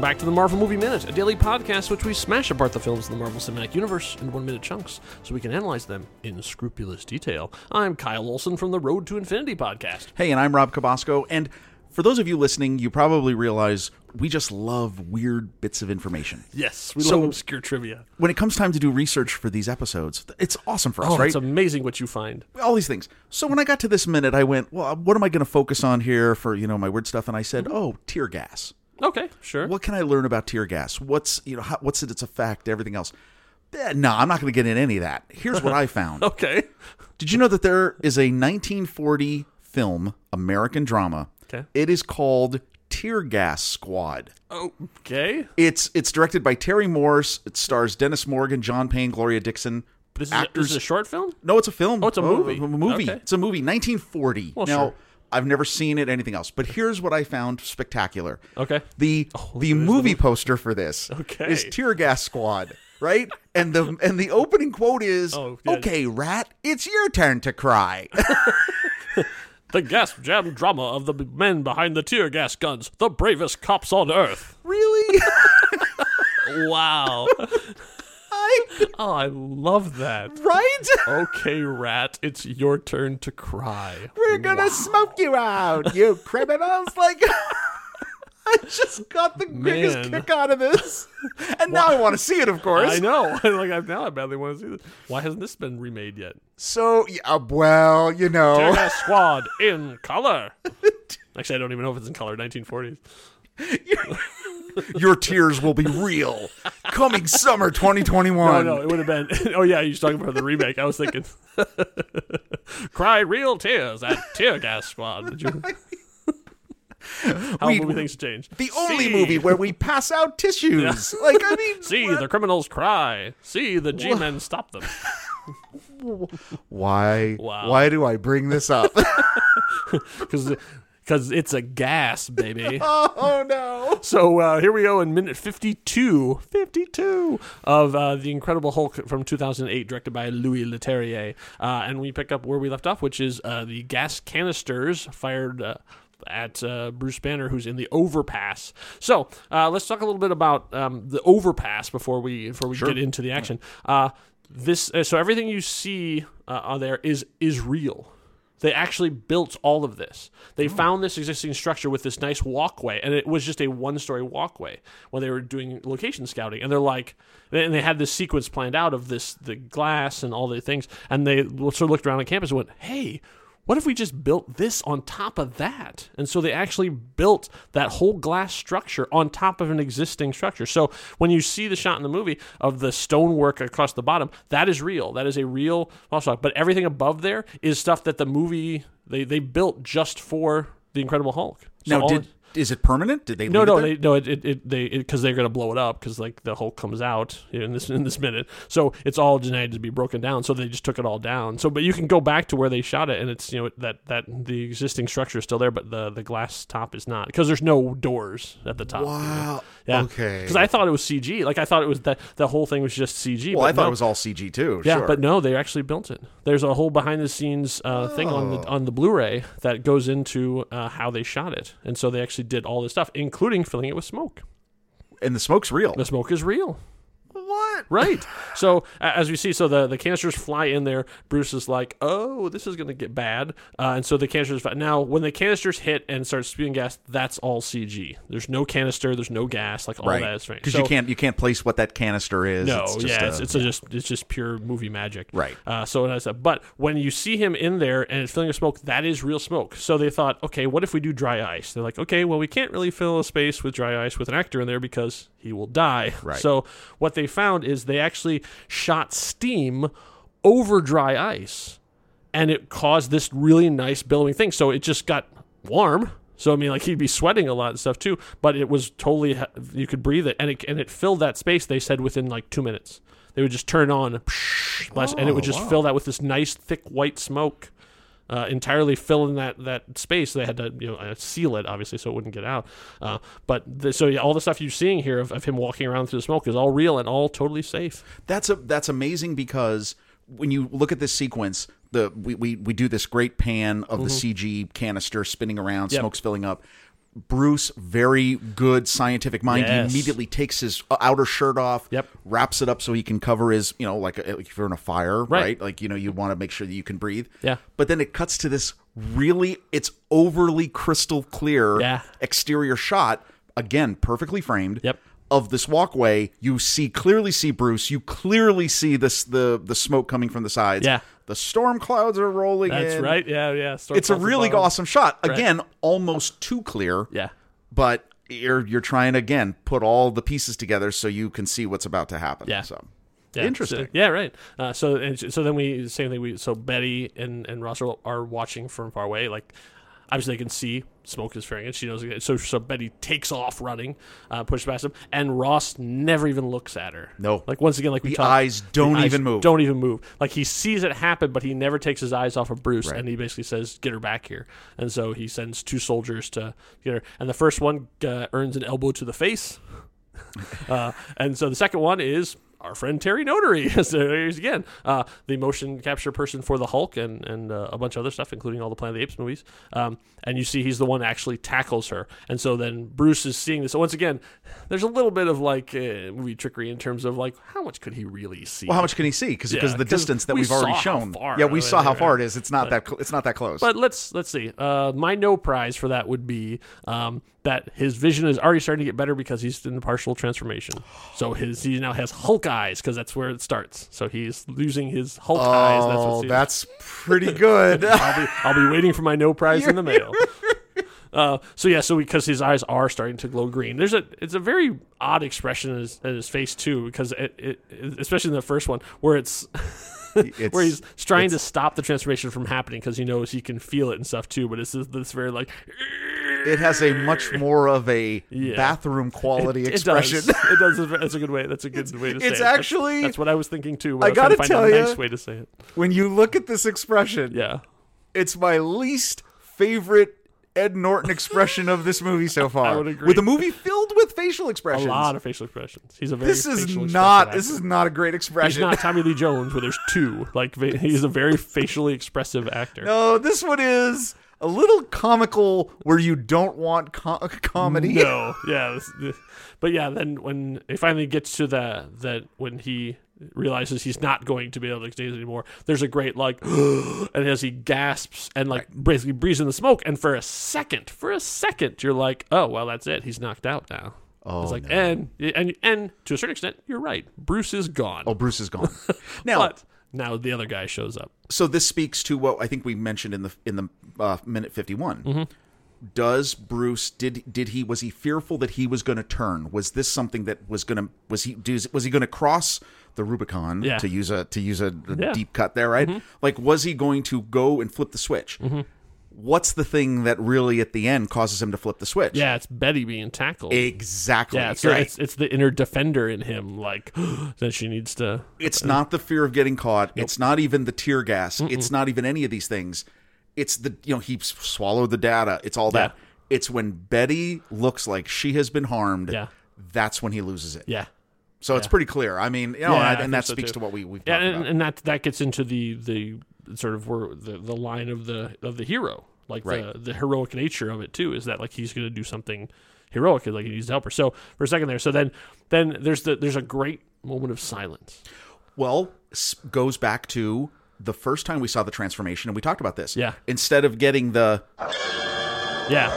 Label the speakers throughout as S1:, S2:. S1: back to the Marvel Movie Minute, a daily podcast which we smash apart the films in the Marvel Cinematic Universe in one minute chunks so we can analyze them in scrupulous detail. I'm Kyle Olson from the Road to Infinity podcast.
S2: Hey, and I'm Rob Cabasco. And for those of you listening, you probably realize we just love weird bits of information.
S1: Yes, we
S2: So-
S1: love obscure trivia.
S2: When it comes time to do research for these episodes, it's awesome for us,
S1: Oh,
S2: right?
S1: It's amazing what you find.
S2: All these things. So when I got to this minute, I went, "Well, what am I going to focus on here for you know my weird stuff?" And I said, "Oh, tear gas.
S1: Okay, sure.
S2: What can I learn about tear gas? What's you know how, what's it, its effect? Everything else." Eh, no, I'm not going to get in any of that. Here's what I found.
S1: Okay.
S2: Did you know that there is a 1940 film, American drama?
S1: Okay.
S2: It is called Tear Gas Squad.
S1: Okay.
S2: It's it's directed by Terry Morse. It stars Dennis Morgan, John Payne, Gloria Dixon.
S1: This is, a, this
S2: actors.
S1: is a short film?
S2: no, it's a film.
S1: Oh, it's a movie.
S2: a movie.
S1: Okay.
S2: It's a movie. 1940.
S1: Well,
S2: now,
S1: sure.
S2: I've never seen it. Anything else? But here's what I found spectacular.
S1: Okay.
S2: The
S1: Oh,
S2: the movie poster for this
S1: Okay.
S2: is Tear Gas Squad. Right, and the and the opening quote is,
S1: Oh, yeah.
S2: "Okay, rat, it's your turn to cry."
S1: The gas jam drama of the men behind the tear gas guns, the bravest cops on earth.
S2: really?
S1: Wow.
S2: I,
S1: oh, I love that.
S2: right?
S1: Okay, rat, it's your turn to cry.
S2: We're gonna smoke you out, you criminals! Like, I just got the
S1: Man.
S2: biggest kick out of this, and now I want to see it, of course.
S1: I know. like I now, I badly want to see this. Why hasn't this been remade yet?
S2: So, yeah, well, you know,
S1: Terror Squad in color. Actually, I don't even know if it's in color. 1940s.
S2: your tears will be real. Coming summer 2021.
S1: Oh, No, no, it would have been. Oh yeah, you're talking about the remake. I was thinking, cry real tears at Tear Gas Squad. Did you? How
S2: We-
S1: movie things change.
S2: The only
S1: See-
S2: movie where we pass out tissues. Like, I mean,
S1: See
S2: what-
S1: the criminals cry. See the G-men stop them.
S2: why?
S1: Wow.
S2: Why do I bring this up?
S1: Because because it's a gas, baby.
S2: oh no!
S1: So uh, here we go in minute 52, 52 of uh, The Incredible Hulk from 2008, directed by Louis Leterrier. Uh, and we pick up where we left off, which is uh, the gas canisters fired uh, at uh, Bruce Banner, who's in the overpass. So uh, let's talk a little bit about um, the overpass before we before we get into the action. Uh, this uh, so everything you see uh, on there is is real. They actually built all of this. They found this existing structure with this nice walkway, and it was just a one-story walkway when they were doing location scouting. And they're like, and they had this sequence planned out of this the glass and all the things. And they sort of looked around on campus and went, "Hey, what if we just built this on top of that? And so they actually built that whole glass structure on top of an existing structure. So when you see the shot in the movie of the stonework across the bottom, that is real. That is a real monologue. But everything above there is stuff that the movie they, they built just for the Incredible Hulk. So
S2: Now,
S1: all-
S2: did is it permanent? Did they?
S1: no,
S2: leave it
S1: no,
S2: there?
S1: they, no, it, it, it they, because they're gonna blow it up because like the Hulk comes out in this in this minute, so it's all denied to be broken down. So they just took it all down. So, but you can go back to where they shot it, and it's you know that that the existing structure is still there, but the the glass top is not because there's no doors at the top.
S2: Wow.
S1: Yeah.
S2: Okay.
S1: Because I thought it was CG. Like I thought it was that the whole thing was just CG.
S2: Well,
S1: but
S2: I thought
S1: no.
S2: it was all CG too.
S1: Yeah,
S2: sure.
S1: but no, they actually built it. There's a whole behind the scenes uh, thing on
S2: Oh.
S1: the on the Blu-ray that goes into uh, how they shot it, and so they actually did all this stuff, including filling it with smoke.
S2: and the smoke's real.
S1: The smoke is real.
S2: What?
S1: Right. So a- as we see, so the, the canisters fly in there. Bruce is like, "Oh, this is gonna get bad," uh, and so the canisters. Fly. Now, when the canisters hit and start spewing gas, that's all CG. There's no canister. There's no gas. Like all
S2: Right.
S1: that is right.
S2: Because
S1: So-
S2: you can't you can't place what that canister is.
S1: no,
S2: it's just
S1: yeah,
S2: a-
S1: it's, it's a just it's just pure movie magic,
S2: Right.
S1: Uh, so that's that. But when you see him in there and it's filling with smoke, that is real smoke. So they thought, okay, what if we do dry ice? They're like, okay, well, we can't really fill a space with dry ice with an actor in there because he will die.
S2: Right.
S1: So what they found is they actually shot steam over dry ice, and it caused this really nice billowing thing. So it just got warm. So I mean, like he'd be sweating a lot and stuff too, but it was totally you could breathe it, and it and it filled that space. They said within like two minutes, they would just turn on, blast, and it
S2: Oh,
S1: would just fill that with this nice thick white smoke, uh, entirely filling that that space. They had to you know uh, seal it obviously so it wouldn't get out. Uh, but the, so yeah, all the stuff you're seeing here of, of him walking around through the smoke is all real and all totally safe.
S2: that's a that's amazing because when you look at this sequence,
S1: Mm-hmm.
S2: the we we, we do this great pan of the CG canister spinning around, smoke's filling up. Bruce, very good scientific mind,
S1: Yes.
S2: he immediately takes his outer shirt off,
S1: Yep.
S2: wraps it up so he can cover his, you know, like, uh, like if you're in a fire,
S1: Right.
S2: right. Like you know, you want to make sure that you can breathe.
S1: Yeah.
S2: But then it cuts to this really, it's overly crystal clear
S1: Yeah.
S2: exterior shot, again perfectly framed.
S1: Yep.
S2: Of this walkway, you see clearly see Bruce. You clearly see this the the smoke coming from the sides.
S1: Yeah.
S2: The storm clouds are rolling
S1: That's
S2: in
S1: right. Yeah, yeah. Storm
S2: it's a
S1: clouds
S2: really
S1: above.
S2: awesome shot. Again, almost too clear.
S1: Yeah.
S2: But you're you're trying to, again put all the pieces together so you can see what's about to happen.
S1: Yeah.
S2: So
S1: Yeah,
S2: interesting.
S1: so- yeah, right. Uh, so and sh- so then we same thing. We so Betty and and Ross are, are watching from far away. Like obviously they can see smoke is fairing, and she knows. So so Betty takes off running, uh, pushes past him, and Ross never even looks at her.
S2: No.
S1: like once again, like we
S2: The
S1: talked,
S2: eyes don't
S1: eyes
S2: even move.
S1: Don't even move. Like he sees it happen, but he never takes his eyes off of Bruce, and he basically says, "Get her back here." And so he sends two soldiers to get her, and the first one uh, earns an elbow to the face. Uh, and so the second one is our friend Terry Notary. so there's again uh, the motion capture person for the Hulk and and uh, a bunch of other stuff, including all the Planet of the Apes movies. Um, and you see he's the one that actually tackles her. And so then Bruce is seeing this. So once again, there's a little bit of like uh, movie trickery in terms of like how much could he really see?
S2: well, how much can he see? Because
S1: Yeah,
S2: because of the
S1: 'cause
S2: distance that
S1: we
S2: we've already
S1: saw how
S2: shown.
S1: far
S2: yeah, we
S1: it
S2: saw how
S1: is,
S2: far it is. It's not that cl- it's not that close.
S1: But let's let's see. Uh, my no prize for that would be um, that his vision is already starting to get better because he's in the partial transformation. So his he now has Hulk eyes because that's where it starts. So he's losing his Hulk eyes. That's
S2: oh,
S1: what's
S2: that's pretty good.
S1: I'll be, I'll be waiting for my no prize in the mail. Uh, so yeah, so because his eyes are starting to glow green, there's a it's a very odd expression in his, in his face too, because it, it, especially in the first one where it's
S2: It's-
S1: where he's trying to stop the transformation from happening because he knows he can feel it and stuff too, but it's this, this very like
S2: it has a much more of a
S1: Yeah.
S2: bathroom quality
S1: it does.
S2: expression.
S1: It does. That's a good way. That's a good way to say it.
S2: it's
S1: That's-
S2: actually-
S1: that's what I was thinking too. but
S2: I
S1: was trying to
S2: gotta
S1: find a
S2: tell ya-
S1: nice way to say it.
S2: when you look at this expression,
S1: Yeah.
S2: it's my least favorite Ed Norton expression of this movie so far.
S1: would agree.
S2: With a movie filled with facial
S1: A
S2: expressions.
S1: lot of facial expressions. He's a very
S2: this is
S1: facial
S2: not
S1: expressive
S2: this
S1: actor.
S2: is not a great
S1: He's
S2: expression.
S1: not Tommy Lee Jones, where there's two. Like va- he's a very facially expressive actor.
S2: no, this one is a little comical where you don't want co- comedy.
S1: No. yeah, this- this- but yeah. Then when it finally gets to the that when he realizes he's not going to be able to extend it anymore, there's a great like, and as he gasps and like basically breathes in the smoke, and for a second, for a second, you're like, oh well, that's it. He's knocked out now. Oh, it's like and and and to a certain extent, you're right. Bruce is gone.
S2: Oh, Bruce is gone. Now,
S1: but now the other guy shows up.
S2: so this speaks to what I think we mentioned in the in the uh, minute 51.
S1: Mm-hmm.
S2: Does Bruce did did he was he fearful that he was going to turn? Was this something that was going to was he does, was he going to cross the Rubicon
S1: Yeah.
S2: to use a to use a, a
S1: Yeah. Mm-hmm.
S2: deep cut there, right? Like was he going to go and flip the switch? What's the thing that really at the end causes him to flip the switch?
S1: Yeah, it's Betty being tackled.
S2: Exactly.
S1: Yeah, it's,
S2: right.
S1: it's it's the inner defender in him, like that she needs to.
S2: It's not the fear of getting caught. It's not even the tear gas. It's not even any of these things. It's the you know he s- swallowed the data. It's all that. It's when Betty looks like she has been harmed.
S1: Yeah.
S2: That's when he loses it.
S1: Yeah,
S2: So it's pretty clear. I mean, you know,
S1: Yeah,
S2: and I-
S1: I
S2: and
S1: think
S2: that
S1: so,
S2: speaks
S1: too.
S2: to what we we've
S1: yeah,
S2: talked
S1: and,
S2: about.
S1: and that that gets into the the sort of where the the line of the of the hero, like the
S2: Right.
S1: the heroic nature of it too, is that like he's going to do something heroic and like he needs to help her. So for a second there, so then then there's the there's a great moment of silence.
S2: Well, s- goes back to the first time we saw the transformation, and we talked about this.
S1: Yeah.
S2: Instead of getting the
S1: Yeah,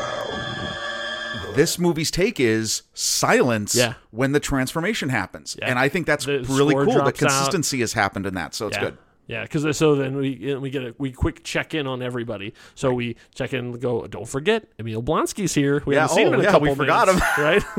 S2: this movie's take is silence
S1: Yeah.
S2: when the transformation happens,
S1: Yeah.
S2: and I think that's
S1: The
S2: really
S1: score
S2: cool. The
S1: drops out.
S2: consistency has happened in that, so it's
S1: yeah.
S2: good.
S1: Yeah, because so then we we get a we quick check in on everybody. So we check in, and go. Don't forget, Emil Blonsky's here. We
S2: Yeah,
S1: haven't seen
S2: oh,
S1: him in a
S2: yeah,
S1: couple.
S2: we forgot
S1: minutes, right?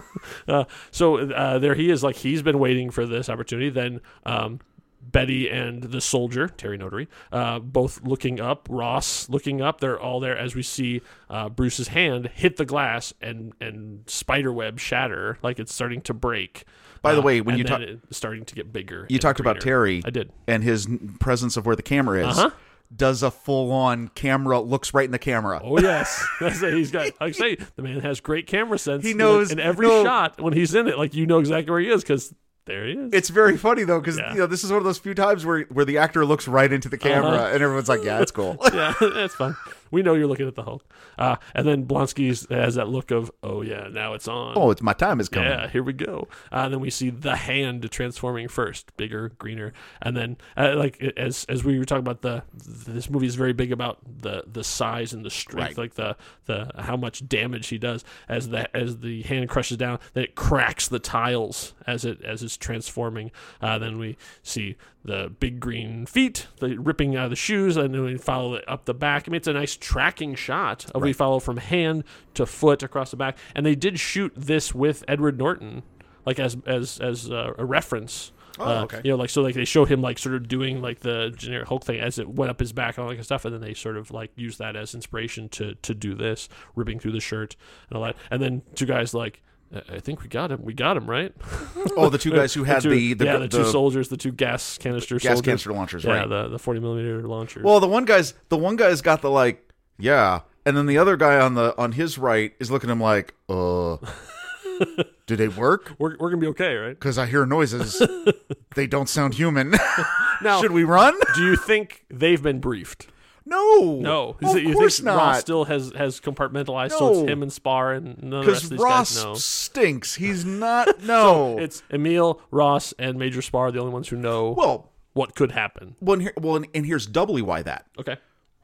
S1: Uh, so uh, there he is. Like he's been waiting for this opportunity. Then um, Betty and the soldier Terry Notary, uh, both looking up. Ross looking up. They're all there as we see uh, Bruce's hand hit the glass and and spider web shatter. Like it's starting to break.
S2: By the
S1: Uh,
S2: way, when
S1: and
S2: you
S1: then
S2: talk-
S1: it- starting to get bigger.
S2: You talked about Terry.
S1: I did.
S2: And his n- presence of where the camera is.
S1: Uh-huh.
S2: Does a full on camera, looks right in the camera.
S1: Oh yes, that's it. he's got. Like I say, the man has great camera sense.
S2: He knows-
S1: in every
S2: no.
S1: shot when he's in it, like you know exactly where he is because there he is.
S2: It's very funny though, because
S1: Yeah. Uh-huh.
S2: you know this is one of those few times where where the actor looks right into the camera, and everyone's like, "Yeah, it's cool."
S1: yeah, that's fun. We know you're looking at the Hulk. Uh, and then Blonsky has that look of, oh yeah, now it's on.
S2: Oh, it's my time is coming.
S1: Yeah, here we go. Uh, and then we see the hand transforming first, bigger, greener, and then uh, like as as we were talking about the this movie is very big about the the size and the strength,
S2: Right.
S1: like the the how much damage he does as the as the hand crushes down, then it cracks the tiles as it as it's transforming. Uh, then we see the big green feet, the ripping out of the shoes, and then we follow it up the back. I mean, it's a nice tracking shot of we follow from hand to foot across the back. And they did shoot this with Edward Norton, like as as as uh, a reference.
S2: Oh,
S1: Uh,
S2: okay.
S1: You know, like so, like they show him like sort of doing like the generic Hulk thing as it went up his back and all that kind of stuff, and then they sort of like use that as inspiration to to do this, ripping through the shirt and all that, and then two guys like, I I think we got him, we got him right.
S2: Oh, the two guys who had
S1: two,
S2: the the,
S1: yeah, the,
S2: the,
S1: two soldiers, the two gas canister
S2: gas
S1: soldiers.
S2: canister launchers,
S1: yeah,
S2: right?
S1: the, the 40 millimeter launcher.
S2: Well, the one guy's the one guy's got the like, yeah, and then the other guy on the on his right is looking at him like, uh, did it work?
S1: we're, we're going to be okay, right?
S2: Because I hear noises. they don't sound human.
S1: Now,
S2: Should we run?
S1: do you think they've been briefed?
S2: No,
S1: No.
S2: of
S1: you think
S2: course
S1: Ross
S2: not.
S1: still has, has compartmentalized, so
S2: No.
S1: it's him and Spar and none of the rest
S2: Because
S1: of these
S2: Ross
S1: guys? No.
S2: stinks. He's not. No.
S1: It's Emil, Ross, and Major Spar are the only ones who know
S2: well,
S1: what could happen.
S2: well, and here, well, and, and here's doubly why that
S1: Okay.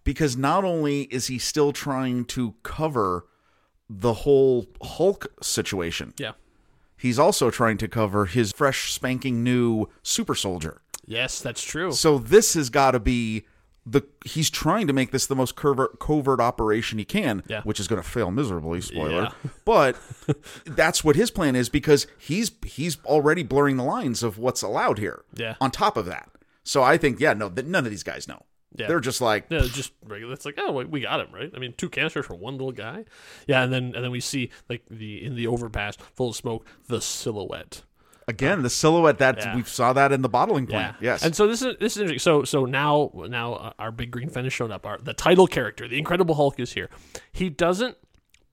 S2: because not only is he still trying to cover the whole Hulk situation,
S1: Yeah.
S2: he's also trying to cover his fresh spanking new super soldier.
S1: Yes, that's true.
S2: So this has got to be the he's trying to make this the most covert covert operation he can,
S1: Yeah.
S2: which is going to fail miserably. Spoiler,
S1: Yeah.
S2: but that's what his plan is because he's he's already blurring the lines of what's allowed here.
S1: Yeah.
S2: On top of that, so I think yeah, no, that none of these guys know.
S1: Yeah.
S2: They're just like
S1: Yeah, just regular. It's like, oh, we- we got him, right? I mean, two canisters for one little guy. Yeah, and then and then we see like the in the overpass, full of smoke, the silhouette.
S2: again the silhouette that
S1: Yeah.
S2: we saw that in the bottling plant. Yes,
S1: And so this is this is interesting. So so now now uh, our big green fan has shown up. Our the title character, the Incredible Hulk, is here. He doesn't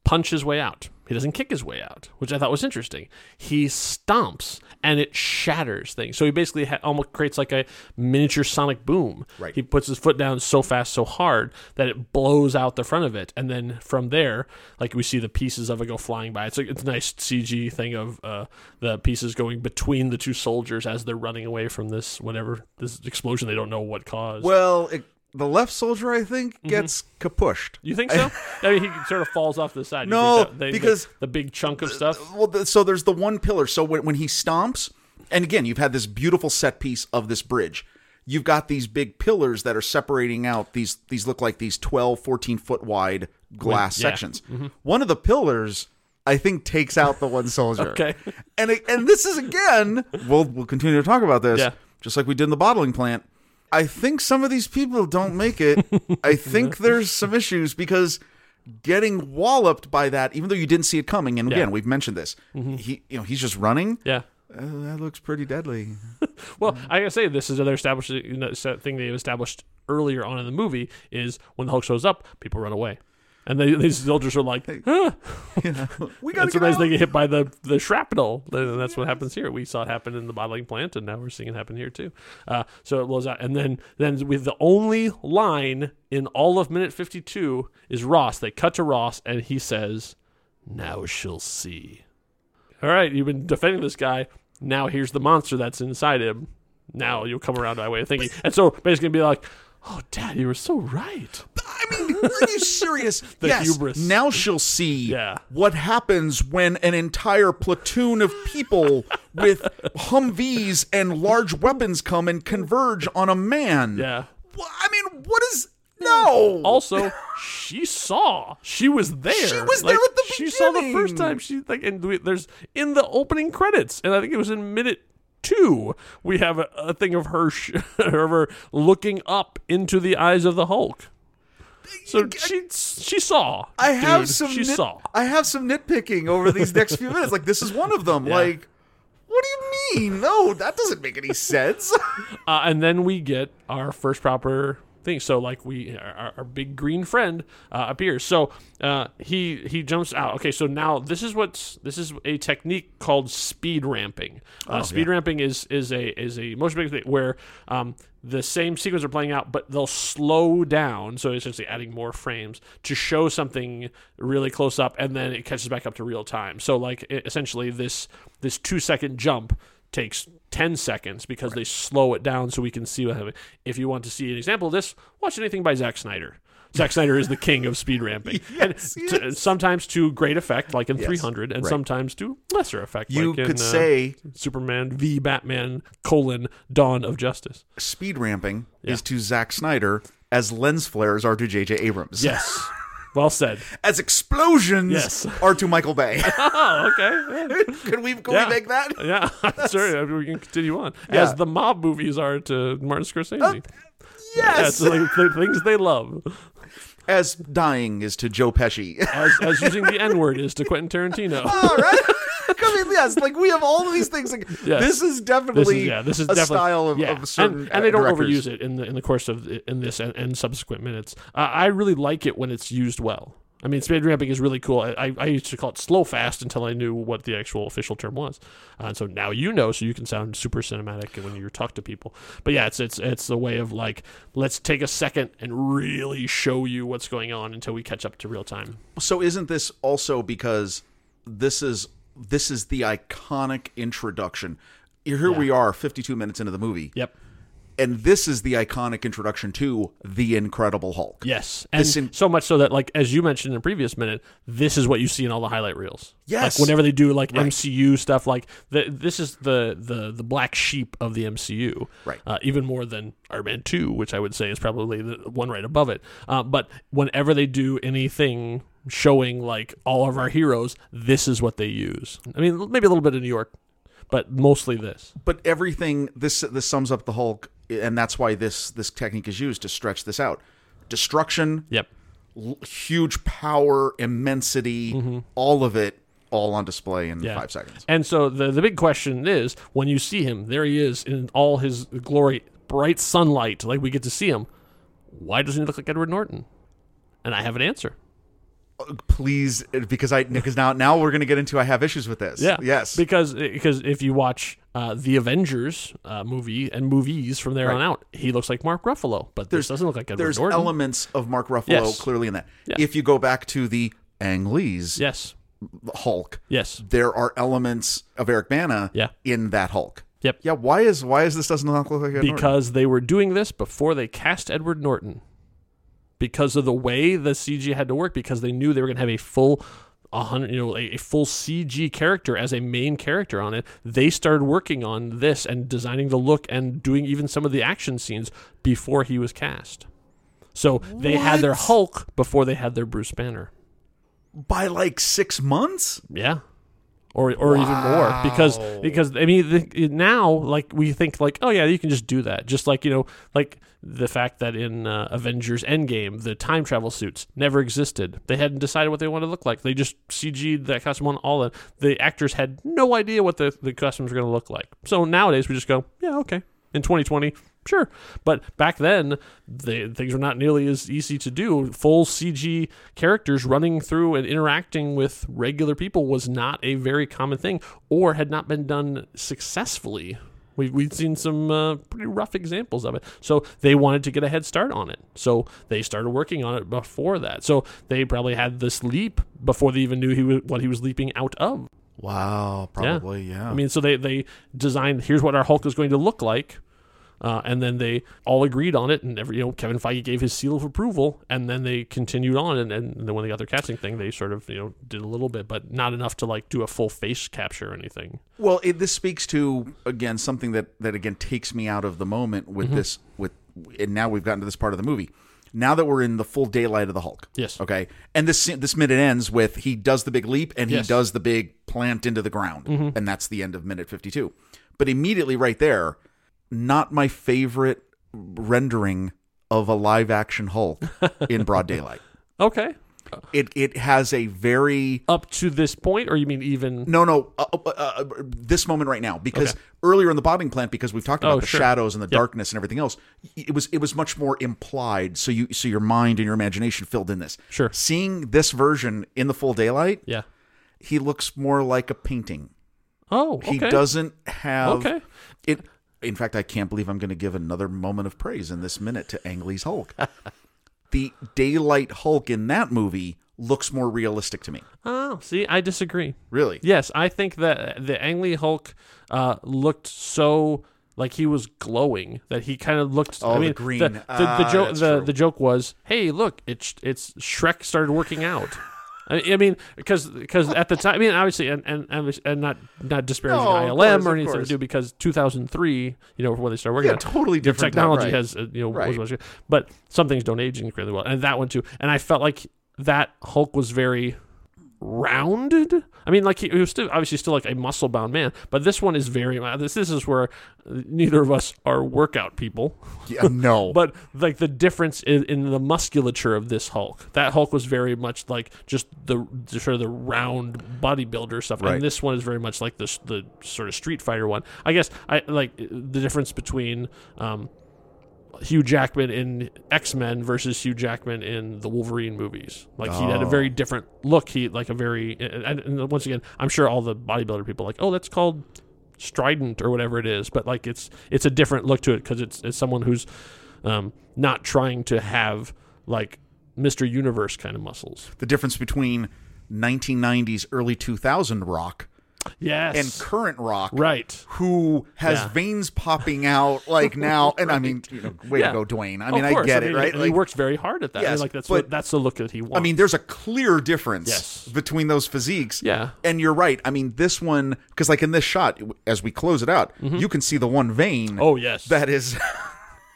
S1: punch his way out. He doesn't kick his way out, which I thought was interesting. He stomps and it shatters things. So he basically ha- almost creates like a miniature sonic boom.
S2: Right.
S1: He puts his foot down so fast, so hard that it blows out the front of it, and then from there, like we see the pieces of it go flying by. It's like it's a nice CG thing of uh, the pieces going between the two soldiers as they're running away from this whatever this explosion. They don't know what caused.
S2: well, it, the left soldier I think
S1: Mm-hmm.
S2: gets kapushed.
S1: you think so? I mean, he sort of falls off to the side. You
S2: No,
S1: think that
S2: because-
S1: the, the big chunk of stuff.
S2: well th- so there's the one pillar so when, when he stomps and again you've had this beautiful set piece of this bridge you've got these big pillars that are separating out these these look like these 12 14 foot wide glass
S1: yeah. Mm-hmm.
S2: sections one of the pillars i think takes out the one soldier
S1: Okay.
S2: and it, and this is again we'll we'll continue to talk about this
S1: Yeah.
S2: just like we did in the bottling plant i think some of these people don't make it i think there's some issues because getting walloped by that even though you didn't see it coming and again we've mentioned this
S1: Mm-hmm.
S2: he you know he's just running
S1: Yeah.
S2: uh, that looks pretty deadly
S1: Well, I gotta say, this is another established you know, set- thing they've established earlier on in the movie is when the Hulk shows up, people run away. And they, these soldiers are like, "Huh."
S2: you know we gotta
S1: that's
S2: get
S1: surprised
S2: out.
S1: they get hit by the, the shrapnel. And that's what happens here. We saw it happen in the bottling plant, and now we're seeing it happen here too. Uh, so it blows out, and then then with the only line in all of minute fifty two is Ross. They cut to Ross, and he says, "Now she'll see." All right, you've been defending this guy. Now here's the monster that's inside him. Now you'll come around to my way of thinking. And so basically be like, "Oh, Dad, you were so right."
S2: I mean, are you serious?
S1: The
S2: yes.
S1: hubris.
S2: Now she'll see
S1: Yeah.
S2: what happens when an entire platoon of people with Humvees and large weapons come and converge on a man.
S1: Yeah.
S2: Wha- I mean, what is no?
S1: Also, she saw. She was there.
S2: Oh. She was there at the
S1: She saw the first
S2: beginning.
S1: time. She like, and we, there's in the opening credits, and I think it was in minute two. We have a, a thing of her, sh- of her looking up into the eyes of the Hulk. So she she saw.
S2: I have
S1: dude.
S2: some.
S1: She
S2: nit-
S1: saw.
S2: I have some nitpicking over these next few minutes. Like this is one of them. Like, what do you mean? No, that doesn't make any sense.
S1: Uh, and then we get our first proper thing. So like we our, our big green friend uh, appears. So uh, he he jumps out. Okay, so now this is what's this is a technique called speed ramping. Uh, speed ramping is is a is a motion picture thing where um, the same sequence are playing out, but they'll slow down. So essentially adding more frames to show something really close up, and then it catches back up to real time. So like e- essentially this this two second jump takes 10 seconds because they slow it down so we can see what happened. If you want to see an example of this, watch anything by Zack Snyder. Zack Snyder is the king of speed ramping.
S2: Yes,
S1: and t- sometimes to great effect, like in 300, and
S2: right.
S1: sometimes to lesser effect,
S2: You
S1: like in
S2: could
S1: uh,
S2: say
S1: Superman v Batman colon Dawn of Justice.
S2: speed ramping is to Zack Snyder as lens flares are to J.J. Abrams.
S1: Yes. well said.
S2: As explosions
S1: Yes.
S2: are to Michael Bay.
S1: Oh, okay. Yeah.
S2: could we, could
S1: Yeah.
S2: we make that?
S1: Yeah, sure. We can continue on. As
S2: Yeah. Oh,
S1: the mob movies are to Martin Scorsese. Yeah, it's
S2: Yes.
S1: like the things they love.
S2: As dying is to Joe Pesci.
S1: As, as using the N word is to Quentin Tarantino.
S2: all right. I mean, yes, like we have all these things. Like,
S1: Yes.
S2: This is definitely
S1: This is, yeah, this is
S2: a
S1: definitely
S2: style of,
S1: yeah.
S2: of certain
S1: and, and they don't
S2: directors.
S1: overuse it in the in the course of in this and, and subsequent minutes. Uh, I really like it when it's used well. I mean, speed ramping is really cool. I, I- I used to call it slow fast until I knew what the actual official term was, uh, and so now you know, so you can sound super cinematic when you talk to people. But yeah, it's it's it's a way of like let's take a second and really show you what's going on until we catch up to real time.
S2: So isn't this also because this is this is the iconic introduction? Here we are, 52 minutes into the movie,
S1: Yep.
S2: and this is the iconic introduction to the Incredible Hulk.
S1: Yes, and
S2: This in-
S1: so much so that, like as you mentioned in a previous minute, this is what you see in all the highlight reels.
S2: Yes.
S1: like, whenever they do like MCU stuff, like the, this is the, the the black sheep of the MCU.
S2: Right.
S1: Uh, even more than Iron Man Two, which I would say is probably the one right above it. Uh, but whenever they do anything showing like all of our heroes, this is what they use. I mean, maybe a little bit of New York, but mostly this.
S2: But everything this this sums up the Hulk, and that's why this this technique is used to stretch this out. Destruction,
S1: Yep.
S2: l- huge power, immensity,
S1: Mm-hmm.
S2: all of it, all on display in five seconds.
S1: And so the the big question is when you see him, there he is in all his glory, bright sunlight, like we get to see him. Why doesn't he look like Edward Norton? And I have an answer.
S2: Uh, Please, because I because now now we're gonna get into I have issues with this.
S1: Yeah.
S2: Yes.
S1: Because because if you watch uh, the Avengers uh, movie and movies from there on out, he looks like Mark Ruffalo, but this doesn't look like Edward
S2: there's
S1: Norton.
S2: elements of Mark Ruffalo
S1: Yes.
S2: clearly in that.
S1: Yeah.
S2: If you go back to the Ang Lee's
S1: yes.
S2: Hulk,
S1: Yes.
S2: there are elements of Eric Bana
S1: Yeah.
S2: in that Hulk.
S1: Yep.
S2: Yeah, why is why is this doesn't look like Edward Norton?
S1: Because they were doing this before they cast Edward Norton. Because of the way the CG had to work, because they knew they were going to have a full, a hundred, you know, a, a full CG character as a main character on it. They started working on this and designing the look and doing even some of the action scenes before he was cast. So they had their
S2: What?
S1: Hulk before they had their Bruce Banner.
S2: by like six months?
S1: Yeah. Or, or even more because because I mean the, now like we think like oh yeah you can just do that just like you know like the fact that in uh, Avengers Endgame the time travel suits never existed they hadn't decided what they wanted to look like they just CG'd that costume on all of the actors had no idea what the, the costumes were going to look like so nowadays we just go yeah okay in 2020 sure but back then the things were not nearly as easy to do full cg characters running through and interacting with regular people was not a very common thing or had not been done successfully We've, we've seen some uh, pretty rough examples of it. So they wanted to get a head start on it. So they started working on it before that. So they probably had this leap before they even knew he was, what he was leaping out of.
S2: Wow, probably, yeah.
S1: I mean, so they they designed here's what our Hulk is going to look like, uh, and then they all agreed on it, and every you know Kevin Feige gave his seal of approval, and then they continued on, and, and then when they got their casting thing, they sort of you know did a little bit, but not enough to like do a full face capture or anything.
S2: Well, it, this speaks to again something that that again takes me out of the moment with
S1: Mm-hmm.
S2: this with and now we've gotten to this part of the movie. Now that we're in the full daylight of the Hulk.
S1: Yes.
S2: Okay. And this this minute ends with he does the big leap and
S1: Yes. Mm-hmm.
S2: he does the big plant into the ground and that's the end of minute 52. But immediately right there, not my favorite rendering of a live action Hulk in broad daylight.
S1: Okay,
S2: It it has a very
S1: Up to this point, or you mean even?
S2: no no uh, uh, uh, this moment right now because earlier in the bombing plant because we've talked about
S1: Oh,
S2: the
S1: sure.
S2: shadows and the darkness and everything else it was it was much more implied so you so your mind and your imagination filled in this
S1: Sure.
S2: seeing this version in the full daylight
S1: Yeah.
S2: he looks more like a painting
S1: Oh, okay.
S2: he doesn't have
S1: Okay.
S2: it in fact i can't believe i'm going to give another moment of praise in this minute to ang lee's hulk the daylight hulk in that movie looks more realistic to me
S1: Oh, see, I disagree.
S2: really
S1: Yes, I think that the Ang Lee Hulk uh, looked so like he was glowing that he kind of looked.
S2: Oh,
S1: I
S2: the
S1: mean,
S2: green.
S1: The, the,
S2: Ah,
S1: joke.
S2: that's
S1: The,
S2: true.
S1: the joke was, "Hey, look, it's it's Shrek started working out." I I mean, because because at the time, I mean, obviously, and and and- and not not disparaging
S2: No, of
S1: ILM
S2: course,
S1: or
S2: of
S1: anything to
S2: course.
S1: do because 2003, you know, when they started working,
S2: yeah
S1: on it,
S2: totally
S1: the
S2: different
S1: technology
S2: right.
S1: has uh, you know
S2: Right.
S1: was, was, but some things don't age incredibly well and that one too and i felt like that hulk was very rounded i mean like he, he was still obviously still like a muscle bound man but this one is very uh, this this is where neither of us are workout people
S2: Yeah, no
S1: but like the difference in, in the musculature of this hulk that hulk was very much like just the just sort of the round bodybuilder stuff
S2: Right.
S1: and this one is very much like this the sort of street fighter one i guess i like the difference between um Hugh Jackman in X Men versus Hugh Jackman in the Wolverine movies. Like he had a very different look. He like a very and, and once again, I'm sure all the bodybuilder people are like, oh, that's called strident or whatever it is, but like it's it's a different look to it because it's it's someone who's um, not trying to have like Mr. Universe kind of muscles.
S2: the difference between 1990s early 2000 rock
S1: Yes,
S2: and current rock
S1: right.
S2: who has
S1: Yeah.
S2: veins popping out like now and i mean you know way
S1: Yeah.
S2: to go dwayne i
S1: Of
S2: mean i
S1: course.
S2: get it right
S1: He, he
S2: Like,
S1: works very hard at that. I mean,
S2: Yes,
S1: like that's
S2: but-
S1: what that's the look that he wants.
S2: I mean, there's a clear difference
S1: Yes.
S2: between those physiques.
S1: Yeah.
S2: And you're right. I mean, this one, because like in this shot, as we close it out, you can see the one vein
S1: Mm-hmm. oh yes,
S2: that is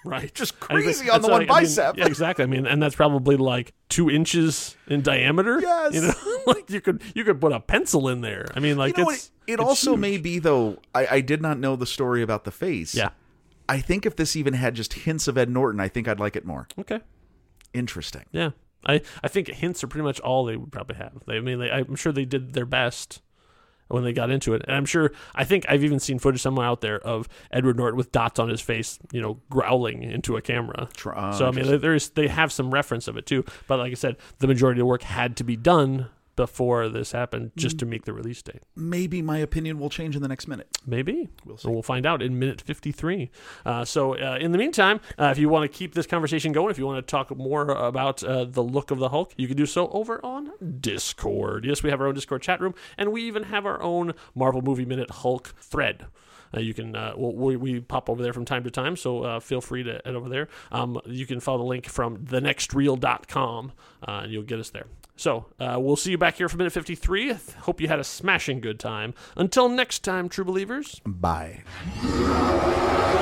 S1: right.
S2: just
S1: And it's like-
S2: crazy on
S1: that's
S2: the one
S1: like- I mean,
S2: bicep.
S1: yeah, exactly. I mean, and that's probably like two inches in diameter.
S2: Yes.
S1: you know, like you could you could put a pencil in there. I mean, like
S2: You know what?
S1: it's
S2: It
S1: it's
S2: also
S1: huge.
S2: may be, though, I, I did not know the story about the face.
S1: yeah
S2: I think if this even had just hints of Ed Norton, I think I'd like it more.
S1: okay.
S2: Interesting.
S1: Yeah, I I think hints are pretty much all they would probably have. They, I mean, they, I'm sure they did their best when they got into it, and I'm sure I think I've even seen footage somewhere out there of Edward Norton with dots on his face, you know, growling into a camera.
S2: Tr- ah,
S1: so I mean, there is they have some reference of it too, but like I said, the majority of the work had to be done before this happened just to make the release date.
S2: Maybe my opinion will change in the next minute.
S1: Maybe.
S2: We'll see.
S1: And we'll find out in minute 53. Uh, so, uh, in the meantime, uh, if you want to keep this conversation going, if you want to talk more about uh, the look of the Hulk, you can do so over on Discord. Yes, we have our own Discord chat room, and we even have our own Marvel Movie Minute Hulk thread. Uh, you can uh, well, we, we pop over there from time to time, so uh, feel free to head over there. Um, you can follow the link from thenextreel.com, uh, and you'll get us there. So uh, we'll see you back here for minute 53. Hope you had a smashing good time. Until next time, true believers.
S2: Bye.